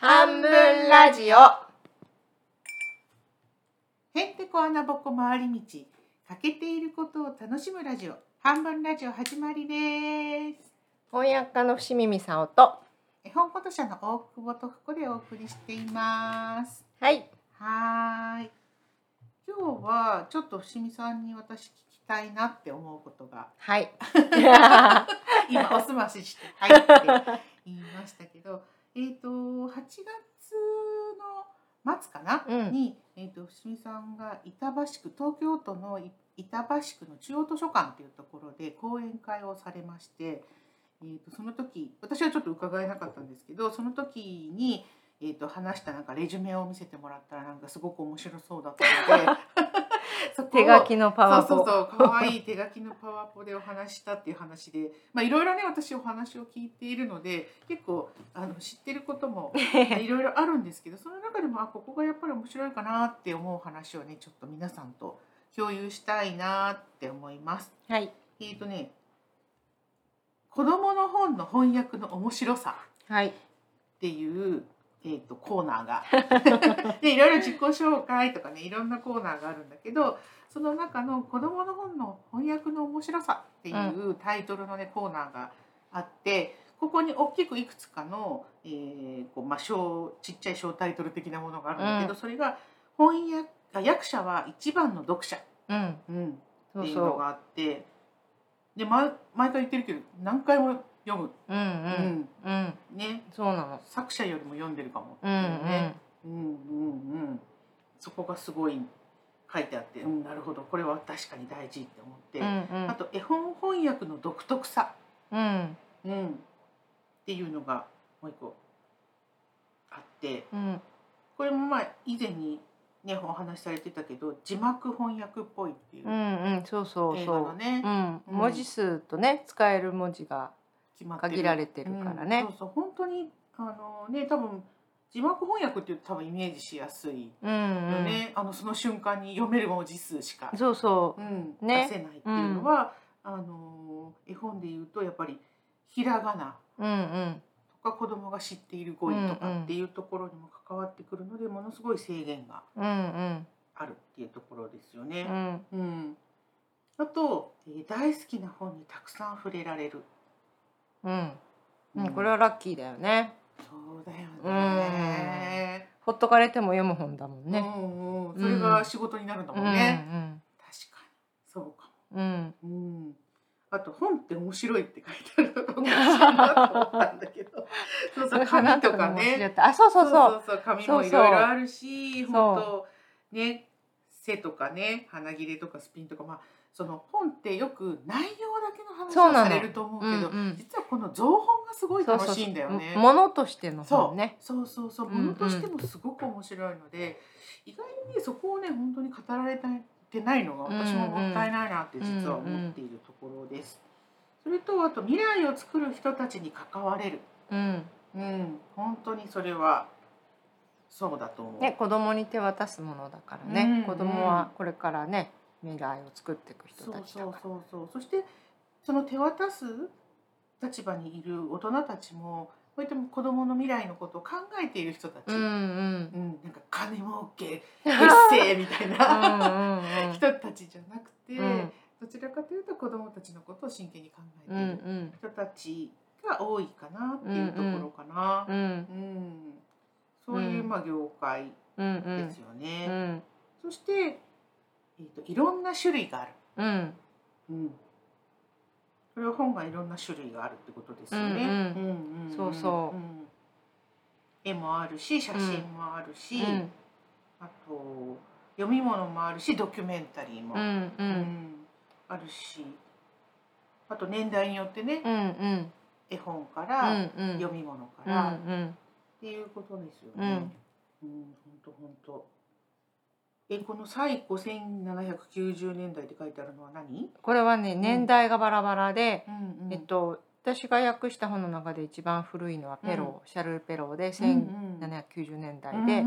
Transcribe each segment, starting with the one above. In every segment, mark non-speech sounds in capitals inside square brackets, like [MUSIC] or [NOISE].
半分ラジオへんてこ穴ぼこ回り道欠けていることを楽しむラジオ半分ラジオ始まりです翻訳家の伏見美沙と絵本こと者の大久保とこでお送りしていますはいはーい今日はちょっと伏見さんに私聞きたいなって思うことがはい [LAUGHS] 今おすましして「はい」って言いましたけどえっと8月の末かな、うんに、えー、と伏見さんが板橋区東京都のい板橋区の中央図書館というところで講演会をされまして、えー、とその時私はちょっと伺えなかったんですけどその時に。えー、と話したなんかレジュメを見せてもらったらなんかすごく面白そうだったの [LAUGHS] でそこを手書きのパワーそうポそうそう可愛い手書きのパワポでお話ししたっていう話でまあいろいろね私お話を聞いているので結構あの知ってることも [LAUGHS] いろいろあるんですけどその中でもあここがやっぱり面白いかなって思う話をねちょっと皆さんと共有したいなって思います。はいえーとね子どもの本の翻訳の面白さはいっていう、えー、とコーナーが [LAUGHS] でいろいろ自己紹介とかねいろんなコーナーがあるんだけどその中の「子どもの本の翻訳の面白さ」っていうタイトルの、ねコーナーがあってここに大きくいくつかの、えーこうまあ、小ちっちゃい小タイトル的なものがあるんだけど、うそれが翻訳あ役者は一番の読者、うんうん、そうっていうのそがあってで毎毎回言ってるけど何回も読うむ、うんうんうん、うんね、そうなの作者よりも読んでるかもっうていんう、うんね。うんうんうん、そこがすごい書いてあって、うん、なるほどこれは確かに大事って思って、うんあと絵本翻訳の独特さ、うんうんうん、っていうのがもう一個あってうんこれもまあ以前にねお話しされてたけど字幕翻訳っぽいっていうう映んうんそうそう画そのうね、うん文字数とね使える文字が決まってる限られてるからねうんそうそう本当にあのね多分字幕翻訳っていうと多分イメージしやすいうんよね、あのその瞬間に読める文字数しかうんそうそううんね出せないっていうのは、あのー絵本で言うとやっぱりひらがなうんうんとか子供が知っている語彙とかっていうところにも関わってくるのでものすごい制限がうんあるっていうところですようんうね。んうんあと、えー大好きな本にたくさん触れられる。うんううんんこれはラッキーだよねそうだよね。ほっとかれても読む本だもんうね。んうん、それが仕事になるんだもんね。確かにそうかうも。んうんうん、あと本って面白いって書いてあるのが面白いなと思ったんだ [LAUGHS] けどそうそう紙とかね。あ、そうそうそう。そうそう紙もいろいろあるしそうそう本当ね背とかね花切れとかスピンとかまあその本ってよく内容だけの話そうなをのされると思うけど、うんうん実はこの造本がすごいそう楽しいんだよね。ものとしてのそ本うね。そうそうそううんうんものとしてもすごく面白いので、意外にねそこをね本当に語られてないのが私ももったいないなって実は思っているところです。それとあと未来を作る人たちに関われる、うん。うん、本当にそれはそうだと思う。ね、子供に手渡すものだからね。うんうん子供はこれからね、未来を作っていく人そうたちだそうから。そうそうそしてその手渡す立場にいる大人たちもこうやっても子供の未来のことを考えている人たち、うんううんん。なんか金儲けうエッセイみたいな。んうん人たちじゃなくて、うんどちらかというと子どもたちのことを真剣に考えうているん人たちが多いかなっていうところかなうんう。んうんそういうまあ業界うんうでんすよね。うんそして、えー、といろんな種類がある。うんうんこれは本がいろんな種類があるってことですよね。うんんんんそうそうん絵もあるし写真もあるし、うんあと読み物もあるしドキュメンタリーもうんううんん、あるしあと年代によってね、うんうん絵本かうら、んうん読み物かうら、っんていうことですよね。うん、本当本当。えこの最後1790年代って書いてあるのは何？これはね年代がバラバラで、うんえっと、私が訳した本の中で一番古いのはペロー、シャルル・ペローで1790年代で、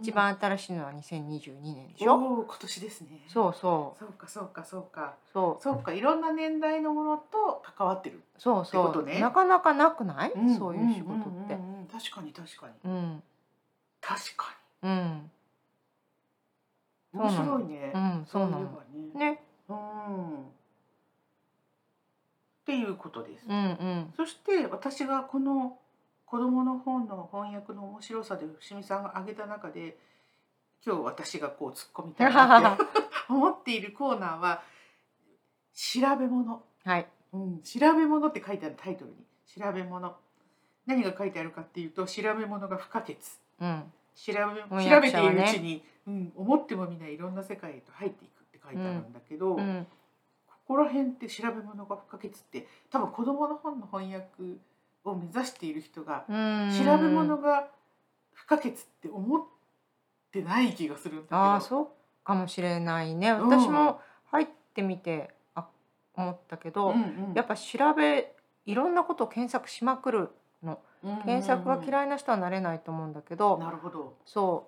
一番新しいのは2022年でしょ、おおー今年ですね。う。そうそそうかそうかそうかうそうそうかいろんな年代のものと関わってる。そうそうってことねなかなかなくない、んそういう仕事って、んうんうんうん、確かに確かにうん確かうんにそう面なの白いね、うんそうなののねねうんっていうことです、うんうんそして私がこの子供の本の翻訳の面白さで伏見さんが挙げた中で今日私がこう突っ込みたいなって思っているコーナーは「調べ物」はいうん「調べ物」って書いてあるタイトルに「調べ物」何が書いてあるかっていうと「調べ物が不可欠」 [LAUGHS] うん調べ翻調訳者べていはねるうちに、うん、思ってもみないいろんな世界へと入っていくって書いてあるんだけど、うんここら辺って調べ物が不可欠って多分子どもの本の翻訳を目指している人が、うん調べ物が不可欠って思ってない気がするんだけどああそうかもしれないねうん私も入ってみてあ思ったけど、うんうんやっぱ調べいろんなことを検索しまくる検索がい、嫌いな人はなれないと思うんだけど、なるほど、そ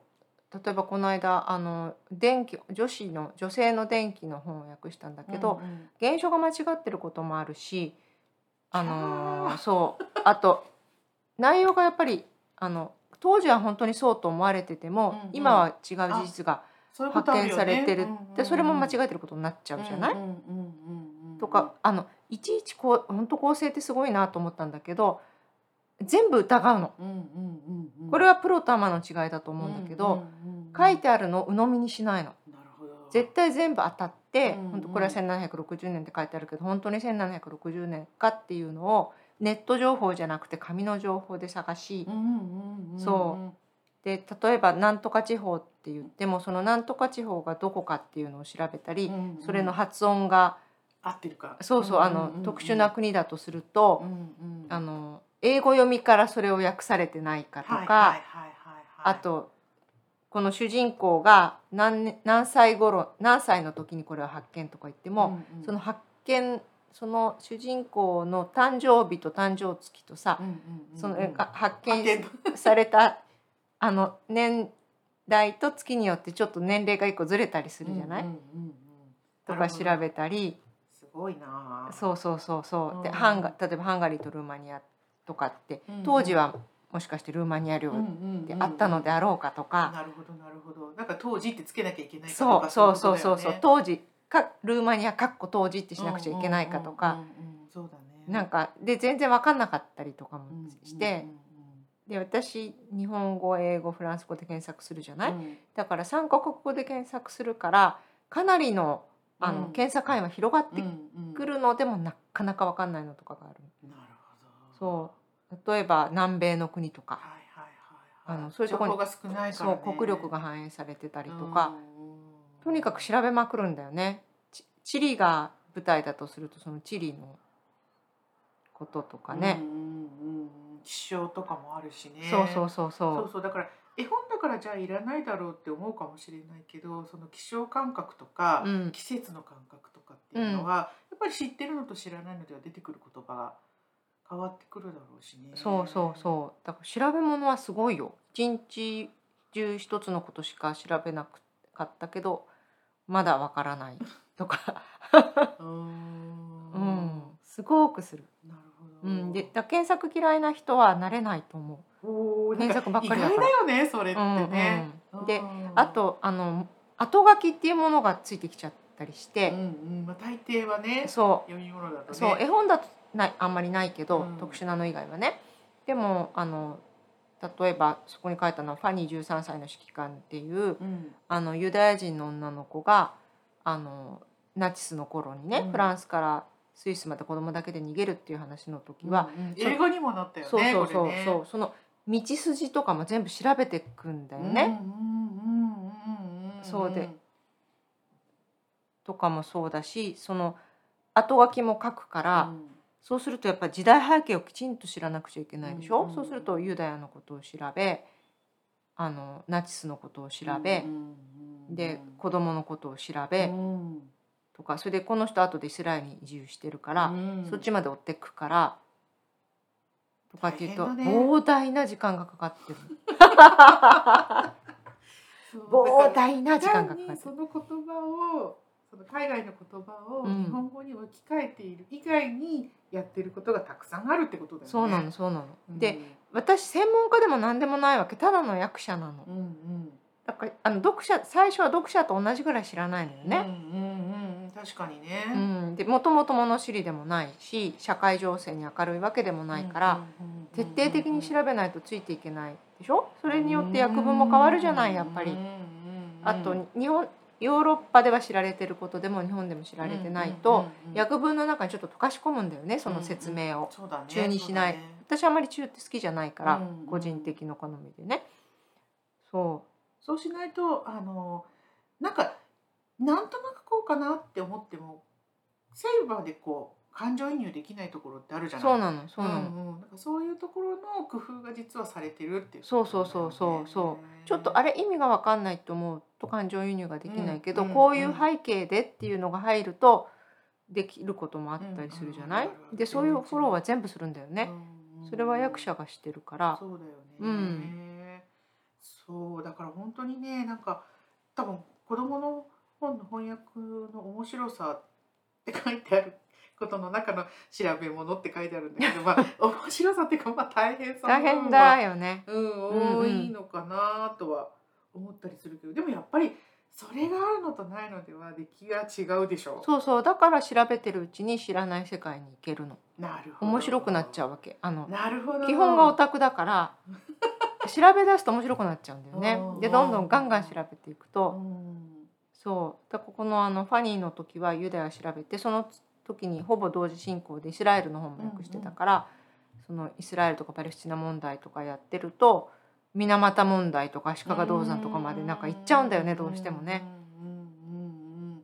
う例えばこの間あの電気女子の女性の電気の本を訳したんだけど、うんうん原書が間違ってることもあるしあのあーーそうあと内容がやっぱりあの当時は本当にそうと思われてても、うんうん今は違う事実がそういうこと発あるよ見ねされてるでそれも間違ええてることになっちゃうじゃない、うんうんうんうんうん、とかあのいちいちこう本当構成ってすごいなと思ったんだけど全部疑うのうんうんうんうん、これはプロとアマの違いだと思うんだけど、うんうんうんうん書いてあるのを鵜呑みにしないのなるほど絶対全部当たって、うんうん本当これは1760年って書いてあるけど本当に1760年かっていうのをネット情報じゃなくて紙の情報で探し、うんうんうんうん、そで例えばなんとか地方って言ってもそのなんとか地方がどこかっていうのを調べたり、うんうんそれの発音が合ってるかそうそう,、あの特殊な、国だとするとう、んうんあの英語読みからそれを訳されてないかとか、はいはいはいはいはいあとこの主人公が何年何歳頃何歳の時にこれは発見とか言っても、うんうんその発見その主人公の誕生日と誕生月とさう、んうんうんそのうんが発発見見された [LAUGHS] あの年代と月によってちょっと年齢が一個ずれたりするじゃない、うんうんうんうんとなかるほ調どべたりすごいなそうそうそうそう、でうんハンガ例えばハンガリーとルーマニアとかってうんうん当時はもしかしてルーマニア領であったのでああろうかとか、なるほどなるほどなんか当時ってつけなきゃいけないそうそうそうそうそう、う当時かルーマニアかっこ当時ってしなくちゃいけないかとか、うんうんうんうんそうだねなんかで全然分かんなかったりとかもして、で私日本語英語フランス語で検索するじゃない、だから3カ国語で検索するからかなりのあの、うん検査範囲は広がってくるるのでもなかなか分かんないのとかがあるなるほどそう例えば南米の国とか、はいはいはいはいあのそういうとこに情報が少ないから、そうね、国力が反映されてたりとか、うんとにかく調べまくるんだよね。チチリが舞台だとするとそのチリのこととかうね。んうんうん気象とかもあるしねそうそうそうそうそそうだから絵本だからじゃあいらないだろうって思うかもしれないけどその気象感覚とか、う。うん。季節の感覚とかっていうのは、やっぱり知ってるのと知らないのでは出てくる言葉が変わってくるだろうしねそうそうそう。だから調べ物はすごいよ。一日中一つのことしか調べなかったけど、まだわからないと [LAUGHS] か。うーんうん。すごくする。なるほうど、ん。で、だから検索嫌いな人はなれないと思おーなん検か索ばっかり意だから外だよねそれっう。てね、うんうん。でう、んあとあの後書きっていうものがついてきちゃったりしてう、んうんまあ、大抵はねそう。読み物だとねそう絵本だとないあんまりないけど、うん特殊なの以外はねでもあの例えばそこに書いたのは「ファニー13歳の指揮官」っていううんあのユダヤ人の女の子があのナチスの頃にね、うんフランスからスイスまで子供だけで逃げるっていう話の時は、うんうんそう英語にもなったよねそうそうそこうれねそう、その道筋とかも全部調べていくんだよね、ねそうでとかもそうだしその後書きも書くから。そうするとやっぱり時代背景をきちんと知らなくちゃいけないでしょ、うんうんうんそうするとユダヤのことを調べあのナチスのことを調べ、で子供のことを調べ、とかそれでこの人後でイスラエルに移住してるから、そっちもまで追ってくからとかっていうと、大変だね膨大な時間がかかって [LAUGHS] る膨大な時間がかかってその言葉をその海外の言葉をうん日本語に置き換えている以外にやってることがたくさんあるってことだよね。そうなのそうなの。うんで、私専門家でも何でもないわけただの役者なのうんうん、だからあの読者最初は読者と同じぐらい知らないのようんね。うんうん、確かにね。うん、でもともと物知りでもないし社会情勢に明るいわけでもないから、うんうんうんうん、徹底的に調べないとついていけないでしょそれによって訳文も変わるじゃないやっぱりうんうんうんうんあと日本ヨーロッパでは知られてることでも日本でも知られてないうんうんとうんうん訳文の中にちょっと溶かし込むんだよねその説明を。そうだね中にしない私あんまり中って好きじゃないからうんうん個人的の好みでね。そそう,、そうしないとあのなんかなんとなくこうかなって思ってもセイバーでこう感情移入できないところってあるじゃうないそうなのそうなの、んうん、なんかそういうところの工夫が実はされてるっていうそうそうそうそうそうちょっとあれれ意味が分かんないと思うと感情移入ができないけど、うんこういう背景でっていうのが入るとできることもあったりするじゃない、うんうんでそういうフォローは全部するんだよね、、うんうんそれは役者がしてるからそうだよね、うんそうだから本当にねなんか多分子どもの本の翻訳の面白さって書いてあることの中の調べ物って書いてあるんだけ [LAUGHS] ど、まあ、面白さっていうか、まあ、大変さ大の部変分だは、よねうん、うんう多んいのかなとは思ったりするけどでもやっぱりそれがあるのとないのでは出来が違うでしょそうそうだから調べてるうちに知らない世界に行けるのう。なるほど面白くなっちゃうわけあのなるほど基本がオタクだから [LAUGHS] 調べ出すと面白くなっちゃうんだよねうんでどんどんガンガン調べていくとうんそうだからここのあのファニーの時はユダヤ調べてその時にほぼ同時進行でイスラエルの方も訳してたから、そのイスラエルとかパレスチナ問題とかやってると水俣問題とか足利銅山とかまでなんか行っちゃうんだよねどうしてもね。うんうんうん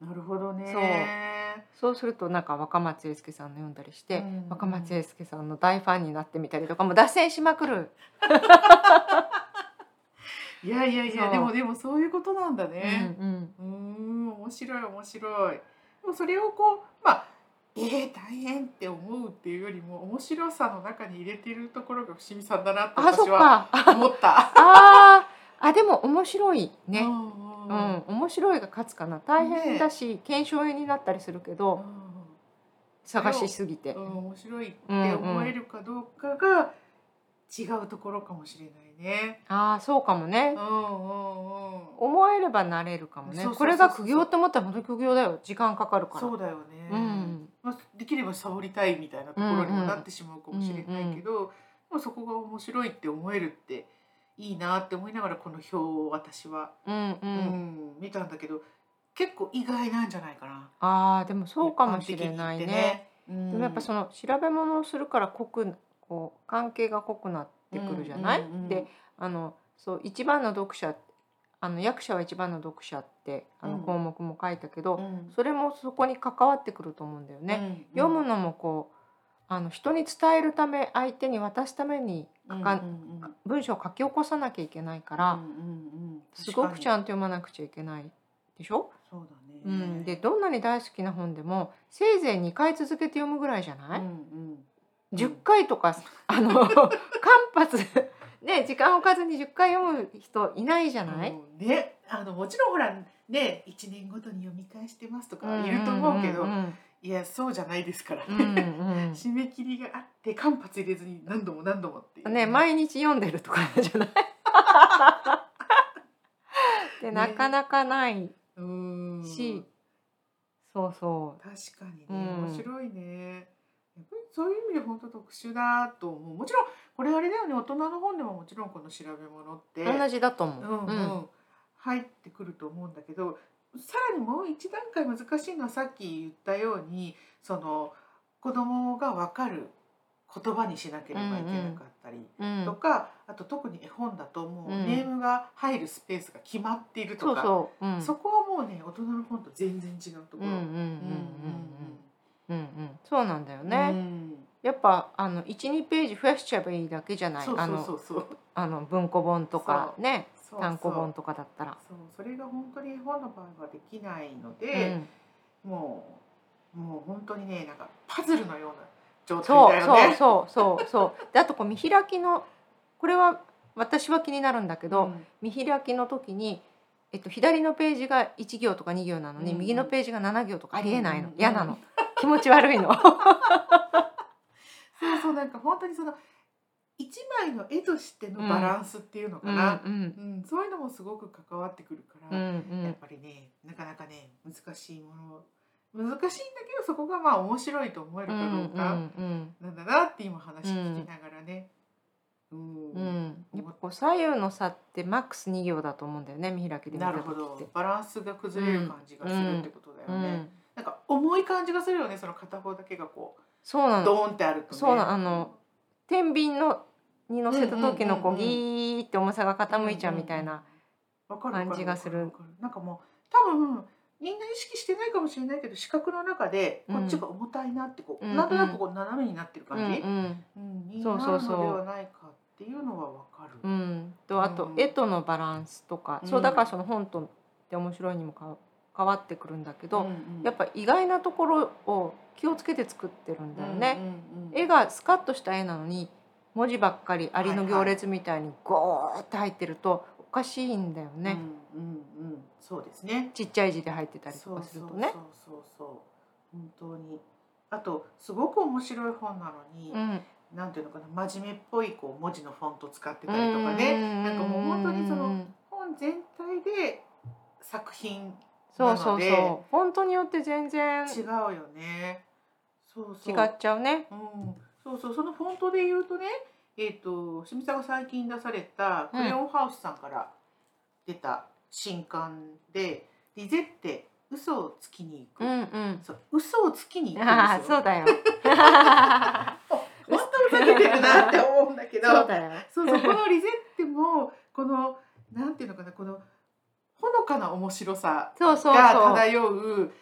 うん。なるほどね。そうするとなんか若松英輔さんの読んだりして、うん若松英輔さんの大ファンになってみたりとかもう脱線しまくる、いやいやいそやうでもでもそういうことなんだね。うんうんうーん面白い面白い。でもそれをこうまあえー、大変って思うっていうよりも面白さの中に入れてるところが不思議さんだなってあそっ私はかあ思った。あーあでも面白い [LAUGHS] ね、ううんんうんうん面白いが勝つかな大変だし、検証絵になったりするけど、探しすぎて、うん面白いって思えるかどうかが違うところかもしれないね。ああそうかもねうん、うんうん。思えればなれるかもねそうそうそうそうこれが苦行って思ったら本当に苦行だよ時間かかるからそうだよね、うんまあ、できればサボりたいみたいなところにもなってしまうかもしれないけど、まあ、そこが面白いって思えるっていいなって思いながらこの表を私は、うんう、うんん見たんだけど結構意外なんじゃないかな。ああでもそうかもしれないね一般的に言ってね。でもやっぱそのの調べ物をするから濃くこう関係が濃くなってくるじゃない、うんうんうんであのそう一番の読者あの役者は一番の読者ってあのうん項目も書いたけど、うんそれもそこに関わってくると思うんだよね。読むのもこうあの人に伝えるため相手に渡すために書か、文章を書き起こさなきゃいけないから、すごくちゃんんと読まなくちゃいけないでしょ、と、そうだねうん、でどんなに大好きな本でもせいぜい2回続けて読むぐらいじゃうない、んうんうん10回と [LAUGHS] かあの間髪ね時間を置かずに10回読む人いないじゃない、うんね、あのもちろんほらね1年ごとに読み返してますとんかいると思うけど、うんいやそうじゃないですからうね、んうん [LAUGHS] 締め切りがあって間髪入れずに何度も何度もっていう [LAUGHS] うんね毎日読んでるとかじゃ [LAUGHS] ないでなかなかない、うーんしそうそう確かにね、うん面白いねやっぱりそういう意味で本当特殊だと思うもちろんこれあれだよね大人の本でももちろんこの調べ物って同じだと思うんう。うん入ってくると思うんだけどさらにもう一段階難しいのはさっき言ったようにその子供が分かる言葉にしなければいけなかったりうんとか、あと特に絵本だともううんネームが入るスペースが決まっているそとうか、そう。うんそこはもうね大人の本と全然違うとこうんろ。うんうんうんうんうんうんうんそうなんだようんうね。んやっぱあの一二ページ増やしちゃえばいいだけじゃない。そうあそのうそうそうあの文庫本とかね、そう単行本とかだったら。そうそれが本当に絵本の場合はできないので、うんもうもう本当にねなんかパズルのような状そう態だよそうね。そうそうそう。であとこう見開きのこれは私は気になるんだけけど、見開きの時にえっと、左のページが1行とか2行なのに、うん右のページが7行とかありえないの、うん嫌なの気持ち悪いのそうそうなんか本当にその一枚の絵としてのバランスっていうのかな、うんうんそういうのもすごく関わってくるかうんうら、やっんぱりねなかなかね難しいもの難しいんだけどそこがまあ面白いと思えるうんうかどんうかうんうんなんだなって今話聞きながらね。うんうんやっぱこう左右の差ってマックス2行だと思うんだよね見開きで見なたるほ時っどて。バランスが崩れる感じがするってことだようね、ん、なんか重い感じがするよねその片方だけがこそうう、なのドーンってあると、ね、そうなのあの天秤のに乗せた時のこうんううギんうんうんーって重さが傾いちゃうみたいな。わかる感じがするわかわかなんかもう多分みんな意識してないかもしれないけど視覚の中でこっちが重たいなってこう、うんうんなんとなくこう斜めになってるう感んじ、うんうんにそうなそうるそうのではないかっていうのはわかる。うん、とあとうん絵とのバランスとか、うんそうだからその本とって面白いにもか変わってくるんだけど、うんうんやっぱ意外なところを気をつけて作ってるんだよね。うんうんうん絵がスカッとした絵なのに文字ばっかりアリの行列みたいにゴーって入ってるとおかしいんだよね、うんうんうんそうですね。ちっちゃい字で入ってたりとかするとね。そうそうそうそう本当にあとすごく面白い本なのに、うんなんていうのかな真面目っぽいこう文字のフォント使ってたりとかね、なんかもう本当にそのうん本全体で作品そうそうなのそう本当によって全然違違うよね。そうそう。っちゃうね。うん、そうそうそのフォントで言うとね、えっ、と清水さんが最近出されたクレヨンハウスさんから出た新刊で、リゼッテ嘘をつきに行く。うんうん。そう嘘をつきに行くああんですよ。そうだよ。本当ふざけてるなって思うんだけど。そうだよ。 [LAUGHS] そ [LAUGHS] うそうこのリゼッテもこのなんていうのかなこのほのかな面白さそうそうそうが漂う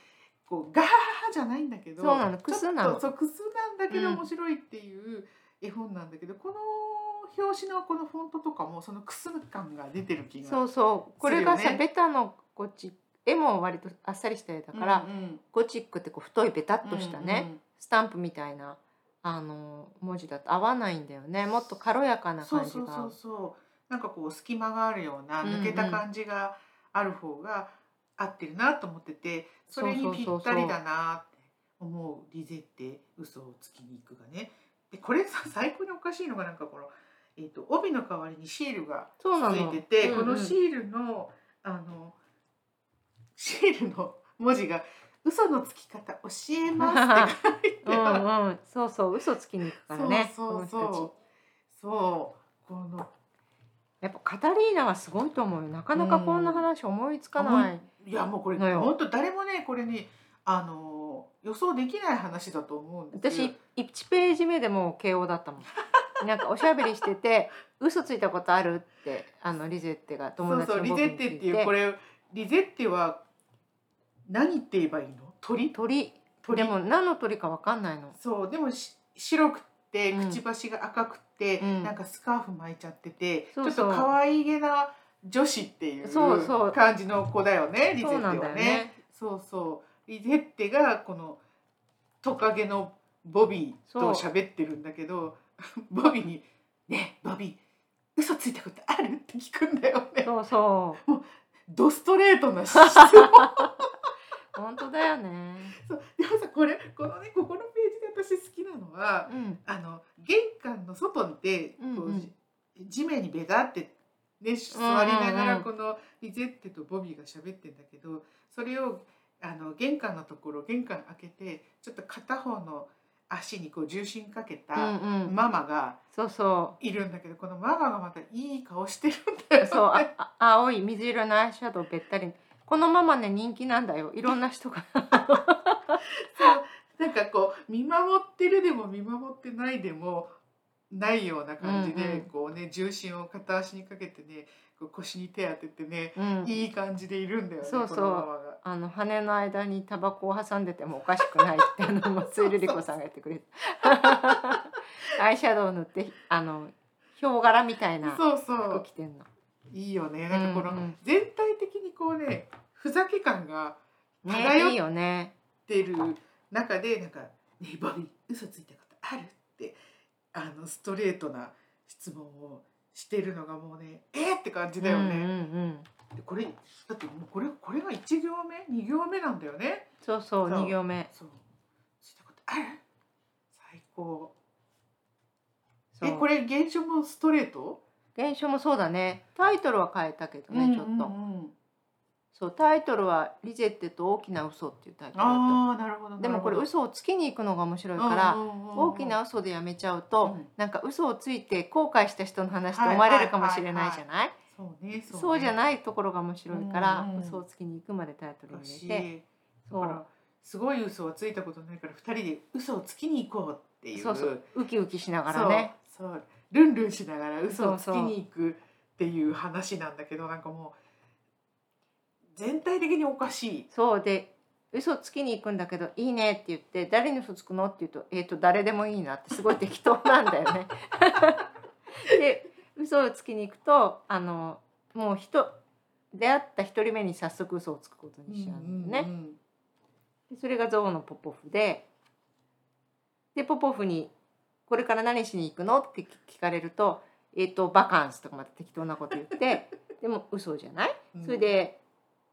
こうガーじゃないんだけどそうなのクスなのちょっとそうクスなんだけどうん面白いっていう絵本なんだけど、この表紙のこのフォントとかもそのクス感が出てる気がそうそうこれがするさよねベタのゴチ絵も割とあっさりした絵だから、うんゴチックってこう太いベタっうんとしたね、、スタンプみたいなあの文字だと合わないんだよねもっと軽やかうんうなんそう感じそうそがうそうなんかこう隙間があるようなうんうん抜けた感じがある方が合ってるなと思っててそれにそうそうぴそうそうったりだなって思うリゼって嘘をつきに行くがねでこれさ最高におかしいのがなんかこの、えー、と帯の代わりにシールがそつうなのいてて、うんうんこのシールのあのシールの文字が「嘘のつき方教えます」って書いてうあるんうんそうそう嘘つきに行くからねそうこの人そたちうそうこのやっぱカタリーナはすごいと思うよなかなかこんな話思いつかない、いやもうこれのよ本当誰もねこれねあのー予想できない話だと思うんです私1ページ目でもう慶応だったも [LAUGHS] んなんかおしゃべりしてて嘘ついたことあるってあのリゼッテが友そう達のそうリゼッテっていうこれリゼッテは何って言えばいいの鳥鳥鳥でも何の鳥かわかんないのそうでもし白くてうんくちばしが赤くて、うんなんかスカーフ巻いちゃってて、そうそうちょっと可愛げな女子っていうそうそう感じの子だよねリゼッそうテはなねんだよねそうそうリゼッテがこのトカゲのボビーとそ喋ってるんだけど [LAUGHS] ボビーに「ねえボビー嘘ついたことある?」って聞くんだよね。そうそうドストレートな質 [LAUGHS] 問本当だよね。そうでもさこれこのねここのページで私好きなのは [LAUGHS] うん。あの玄関の外でこう、うんうん地面にベタって、ね、座りながうんうんらうんこのリゼッテとボビーが喋ってんだけどそれをあの玄関のところ玄関開けてちょっと片方の足にこう重心かけうたんうん。ママがそうそいるんだけどこのママがまたいい顔してるんだよう。ね。 [LAUGHS] そう、あ、あ青い水色のアイシャドウべったり。このままね、人気なんだよ。いろんな人 [LAUGHS] が。そうなんかこう見守ってるでも見守ってないでもないような感じで、うんうんこうね重心を片足にかけてねこう腰に手当ててねうん。いい感じでいるんだよねそうそうこのママが。あの羽の間にタバコを挟んでてもおかしくないってあの松井瑠璃子さんが言ってく [LAUGHS] れたアイシャドウ塗ってあのヒョウ柄みたいなそうそ服う着てんのいいよねなんかこの、うんうん全体的にこうねふざけ感がね漂っいいよね出る中でなんか「ねえボビー嘘ついたことある?」ってあのストレートな質問をしてるのがもうねえー、って感じだよね。うんうんうんでこれだってもうこれこれが1行目2行目なんだよね。そうそうそう二行目そうしたことある最高そうえこれ現象もストレート原書もそうだねタイトルは変えたけどね、ちょっとと。そうタイトルは「リゼッテと大きな嘘っていうタイトルだっああなるほど。たでもこれ嘘をつきに行くのが面白いから大きな嘘でやめちゃうと、うんなんか嘘をついて後悔した人の話と思われるかもしれないじゃないそうねそうねそうじゃないところが面白いから、うんうん嘘をつきに行くまでタイトルにら入しいれてだそからうすごい嘘はついたことないから二人で嘘をつきに行こうっていうそうそうウキウキしながそらうねそうルンルンしながら嘘をつきに行くっていう話なんだけどなんかもう全体的におかしいそうで嘘をつきに行くんだけど「いいね」って言って「誰に嘘つくの?」って言うと「えっ、と誰でもいいな」ってすごい適当なんだ [LAUGHS] よね。で嘘をつきに行くとあのもう人出会った一人目に早速嘘をつくことにしちゃうんだよね。うんうんうんでそれがゾウのポポフででポポフに「これから何しに行くの?」って聞かれると「えっ、とバカンス」とかまた適当なこと言ってでも嘘じゃないうんそれで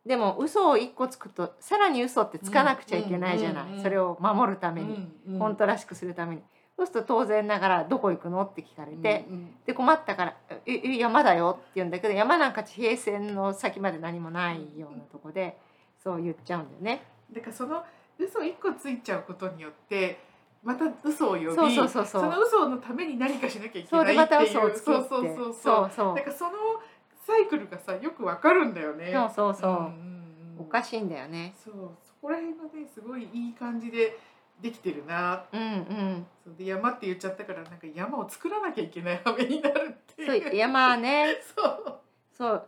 でも嘘を1個つくとさらに嘘ってつかなくちゃいけないじゃない、うんうんうんそれを守るために、うんうん本当らしくするためにそうすると当然ながら「どこ行くの?」って聞かれて、うんうんで困ったから「ええ山だよ」って言うんだけど山なんか地平線の先まで何もないようなとこでそう言っちゃうんだよね。だからその嘘一個ついちゃうことによってまた嘘を呼びそうそうそうそうの嘘のために何かしなきゃいけそなういってでいまた嘘うをつきってそうそうそそうそううそうだからそのサイクルがさよくわかるんだよねそうそうそううんうんおかしいしいんだよねそうそこら辺がねすごいいい感じでできてるなうんうんそうで山って言っちゃったからなんか山を作らなきゃいけない羽目になるってそいうう山ね [LAUGHS] そうそう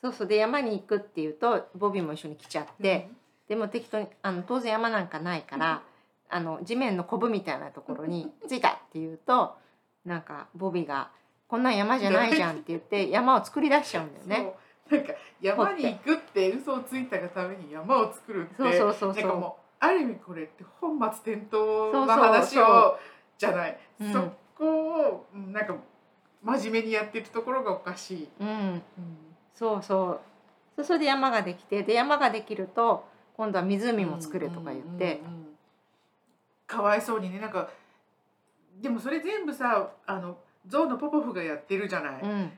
そうそうで山に行くっていうとボビーも一緒に来ちゃって、でも適当にあの当然山なんかないからあの地面のコブみたいなところに着いたっていうとなんかボビーが「こんなん山じゃないじゃん」って言 [LAUGHS] って山を作り出しちゃうんだよね。そうなんか山に行くって嘘をついたがために山を作るってそうそうそうなそんかうもうある意味これって本末転倒そうなそう話そをじゃないうんそこをうんなんか真面目にやってるところがおかしい。うんうんそうそうそうそれで山ができてで山ができると今度は湖も作れとか言って、うんうんうんかわいそうにねなんかでもそれ全部さあのゾウのポポフがやってるじゃない、うん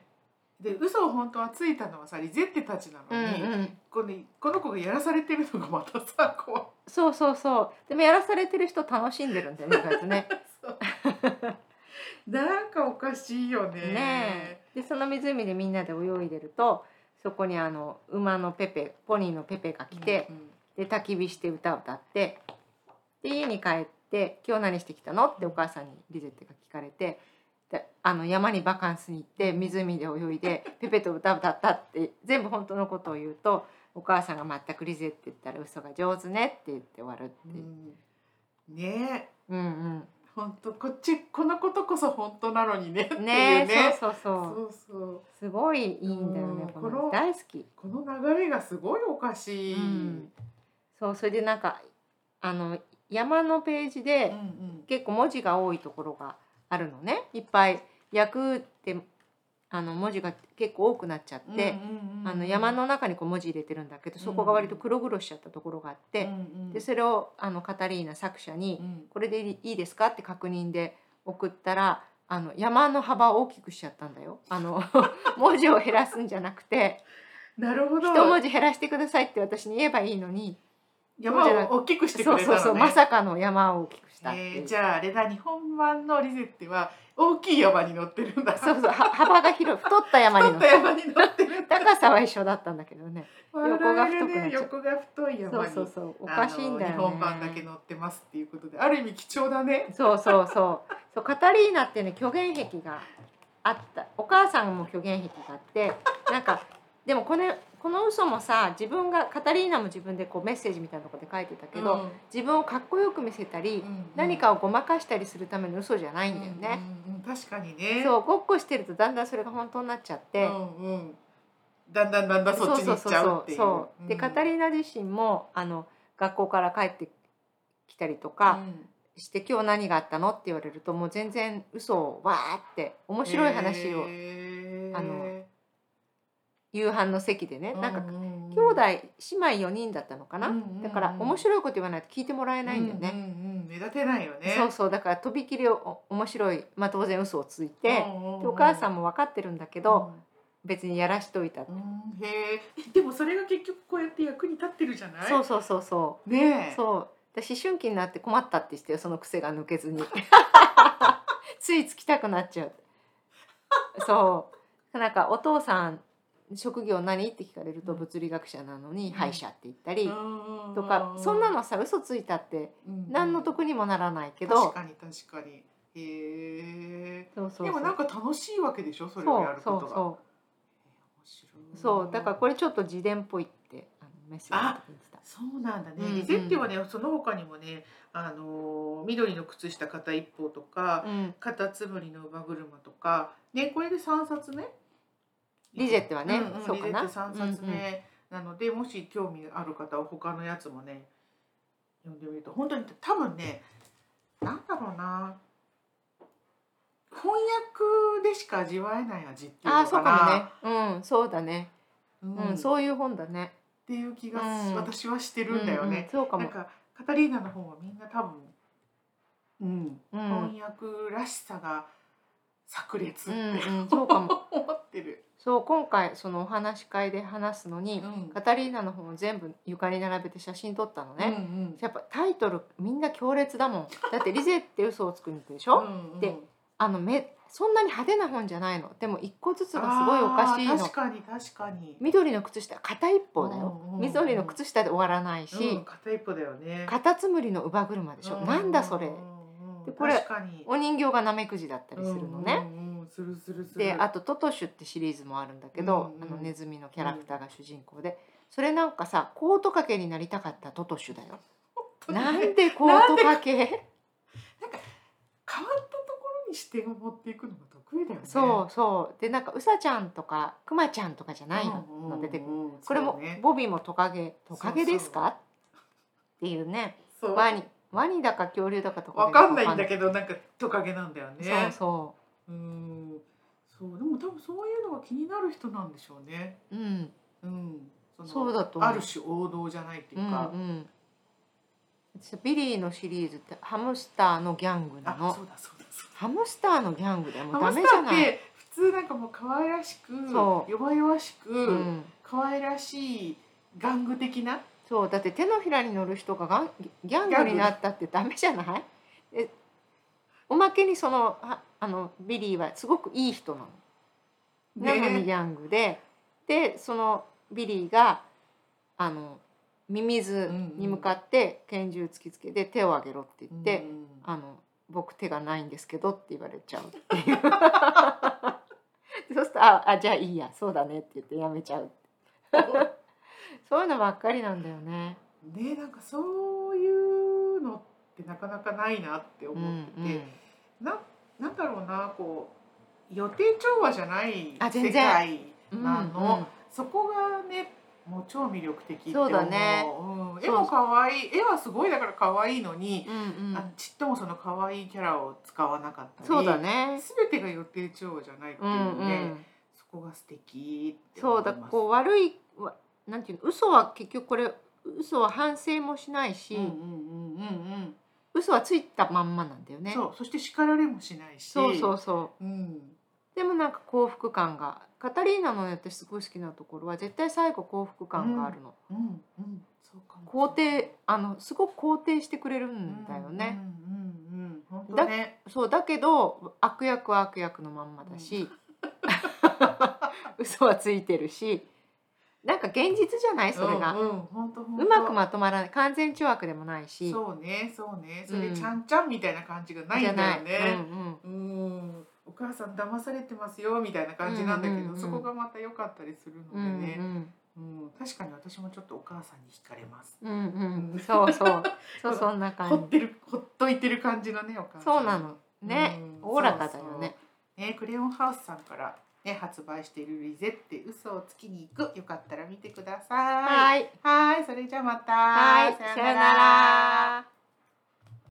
で嘘を本当はついたのはさリゼッテたちなうのんに、うん、このこの子がやらされてるのがまたさこそうそうそうでもやらされてる人楽しんでるんだよね意外とねうそうなんかおかしいよねねえでその湖でみんなで泳いでるとそこにあの馬のペペポニーのペペが来て、うんうんで焚き火して歌を歌ってで家に帰って「今日何してきたの?」ってお母さんにリゼッテが聞かれてであの山にバカンスに行って湖で泳いでペペと歌を歌ったって全部本当のことを言うとお母さんが全くリゼッテ言ったら嘘が上手ねって言って終わるっていう。うんねえうんうん本当こっちこのことこそ本当なのにねっていうねねえそうそうそうそうそうすごいいいんだよねうんこのこの大好き、この流れがすごいおかしい、うんそうそれでなんかあの山のページでん結構文字が多いところがあるのねいっぱい訳ってあの文字が結構多くなっちゃっうんて、うんうんうんあの山の中にこう文字入れてるんだけどそこが割と黒々しちゃったところがあって、うんうんでそれをあのカタリーナ作者にうん「これでいいですか?」って確認で送ったらあの山の幅を大きくしちゃったんだよ。あの [LAUGHS] 文字を減らすんじゃなくてなるほど一文字減らしてくださいって私に言えばいいのに、山を大きくしてくそうれたのそうねそうまさかの山を大きくしたっていう、えーじゃああれだ日本版のリゼッテは大きい山に乗ってるんだそうそうは幅が広い太った山に太乗ったって山に乗ってるんだ高さは一緒だったんだけどね [LAUGHS] 横が太くなっちゃう笑えるね横が太いそ山うにそうそうおかしいんだよねあの日本版だけ乗ってますっていうことである意味貴重だねそうそうそうそうカタリーナってね虚言癖があったお母さんも虚言癖があってなんかでもこれこの嘘もさ自分がカタリーナも自分でこうメッセージみたいなとこで書いてたけど、自分をかっこよく見せたり、うんうん何かをごまかしたりするための嘘じゃないんだよね。うんうんうん確かにねそうごっこしてるとだんだんそれが本当になっちゃって、うんうん、だんだんだんだんそっちに行っちゃうっていう。そうでカタリーナ自身もあの学校から帰ってきたりとかして、今日何があったの?」って言われるともう全然嘘をわーって面白い話を、えあの夕飯の席でね、なんか兄兄弟姉妹4人だったのかな、だから面い白いこと言わないと聞いてもらえないんだよね、目立てないよね。そうそうだからとびきりお面白い、まあ、当然嘘をついて、うんうんうんでお母さんも分かってるんだけど、別にやらしといた、うん、うんへえでもそれが結局こうやって役に立ってるじゃないそうそうそうそうねえそうで思春期になって困ったって言ってよその癖が抜け [LAUGHS] ずについつきたくなっちゃうそうなんかお父さん職業何って聞かれるとうん物理学者なのうにん歯医者って言ったり、うんうんとかそんなのさ嘘ついたって何の得にもならないけけど、確かに確かにへえそうそうそうでもなんか楽しいわけでしょそれをやるこそとうがそうそう面白いそうだからこれちょっと自伝っぽいってあのメッセージが出てきた。そうなんだね、うんうんリゼッティはねその他にもねあのー緑の靴下片一方とか、うん、カタツムリの馬車とかねこれで三冊ねリゼッテはねうんうんそうかなリゼッテ3冊ね、なのでもし興味ある方は他のやつもね読んでみると本当に多分ねなんだろうな翻訳でしか味わえない味っていうああのそうかかなもね。うんそうだね。うんうん、っそういう本だね。ていう気がうん私はしてるんだよね。うんうんそうかなもん。かカタリーナの方はみんな多分、うん、うん、うん翻訳らしさが炸裂って、うん、そうかも。 [LAUGHS] 思ってる。そう今回そのお話し会で話すのに、うんカタリーナの本を全部床に並べて写真撮ったのうんうね。んやっぱタイトルみんな強烈だもん。だってリゼって嘘をつくんでしうょ。んうんであのめそんなに派手な本じゃないの。でも一個ずつがすごいおかしいあーの確。かに確かに。緑の靴下片一方だよ、うんうんうん緑の靴下で終わらないし、うん、片一方だよね。カタツムリの乳母車でしょ、うううなんだそれ、うんうんでこれ確かに。お人形がナメクジだったりするのね、うんうんうん。するするする。であと「トトシュ」ってシリーズもあるんだけど、うんうんあのネズミのキャラクターが主人公で、それなんかさコート掛けになりたかったトトシュだよ。ななんんででコート掛け変わったところに視点を持っていくのが得意だよね。そうそうでなんかウサちゃんとかクマちゃんとかじゃうんないの,、うんうん。出てくるるこれも、ボビーもトカゲトカゲですかっていうねそうワニワニだか恐竜だかとかわかんないんだけどなんかトカゲなんだよね。そうそううん。そうでも多分そういうのが気になる人なんでしょうね。ううんうん。そのそうだと思うある種王道じゃないっていうか。うんうん私ビリーのシリーズってハムスターのギャングなあのそうだそうだそうハムスターのギャングだよもだ。うハダムメスじタゃーっない、て普通なんかもう可愛らしくそう弱々しく、うん、可愛らしい玩具的な。そうだって手のひらに乗る人がガンギャングになったってダメじゃないえおまけにそのああのビリーはすごくいい人なのなのにギャングで、でそのビリーがあのミミズに向かって拳銃突きつけて手を上げろって言って、うんあの僕手がないんですけどって言われちゃうって [LAUGHS] いうそうするとああじゃあいいやそうだねって言ってやめちゃうそういうのばっかりなんだよね。ねなんかそういうのってなかなかないなってうん思ってて、うんななんだろうなこう予定調和じゃないあ全世然界うんなの、そこがねもう超魅力的って思そううだねうん、絵も可愛い絵はすごいだから可愛いのに、うんうんあちっともその可愛いキャラを使わなかったりそうだね。全てが予定調和じゃないっていううんね、うん、そこが素敵ってそ思ういまだすこう悪いわなんていうの嘘は結局これ嘘は反省もしないし、うんうんうんうんうん嘘はついたまんまなんだよね。そうそして叱られもしないしそうそうそううんでもなんか幸福感がカタリーナのね私すごい好きなところは絶対最後幸福感があるの、うんうんそうかも肯定あのすごく肯定してくれるんだよね、うんうんうん本当ねそうだけど悪役は悪役のまんまだし、 [LAUGHS] 嘘はついてるしなんか現実じゃないそれが、ううんうん本当本当まくまとまらない完全懲悪でもないしそうねそうねそれうでんちゃんちゃんみたいな感じがないんじだゃない、よねうんうん、うんお母さん騙されてますよみたいな感じなんだけうんうんうどんそこがまた良かったりするのうでんねうんうん確かに私もちょっとお母さんに惹かれますうんうんうんそうそうそうこのそんな [LAUGHS] ほ感っじてるほっといてる感じのねお母さんそうなのねうんおおらかだよねそうそうねクレヨンハウスさんからね発売しているリゼって嘘をつきに行くよかったら見てくださいはいはいそれじゃあまたはいさよなら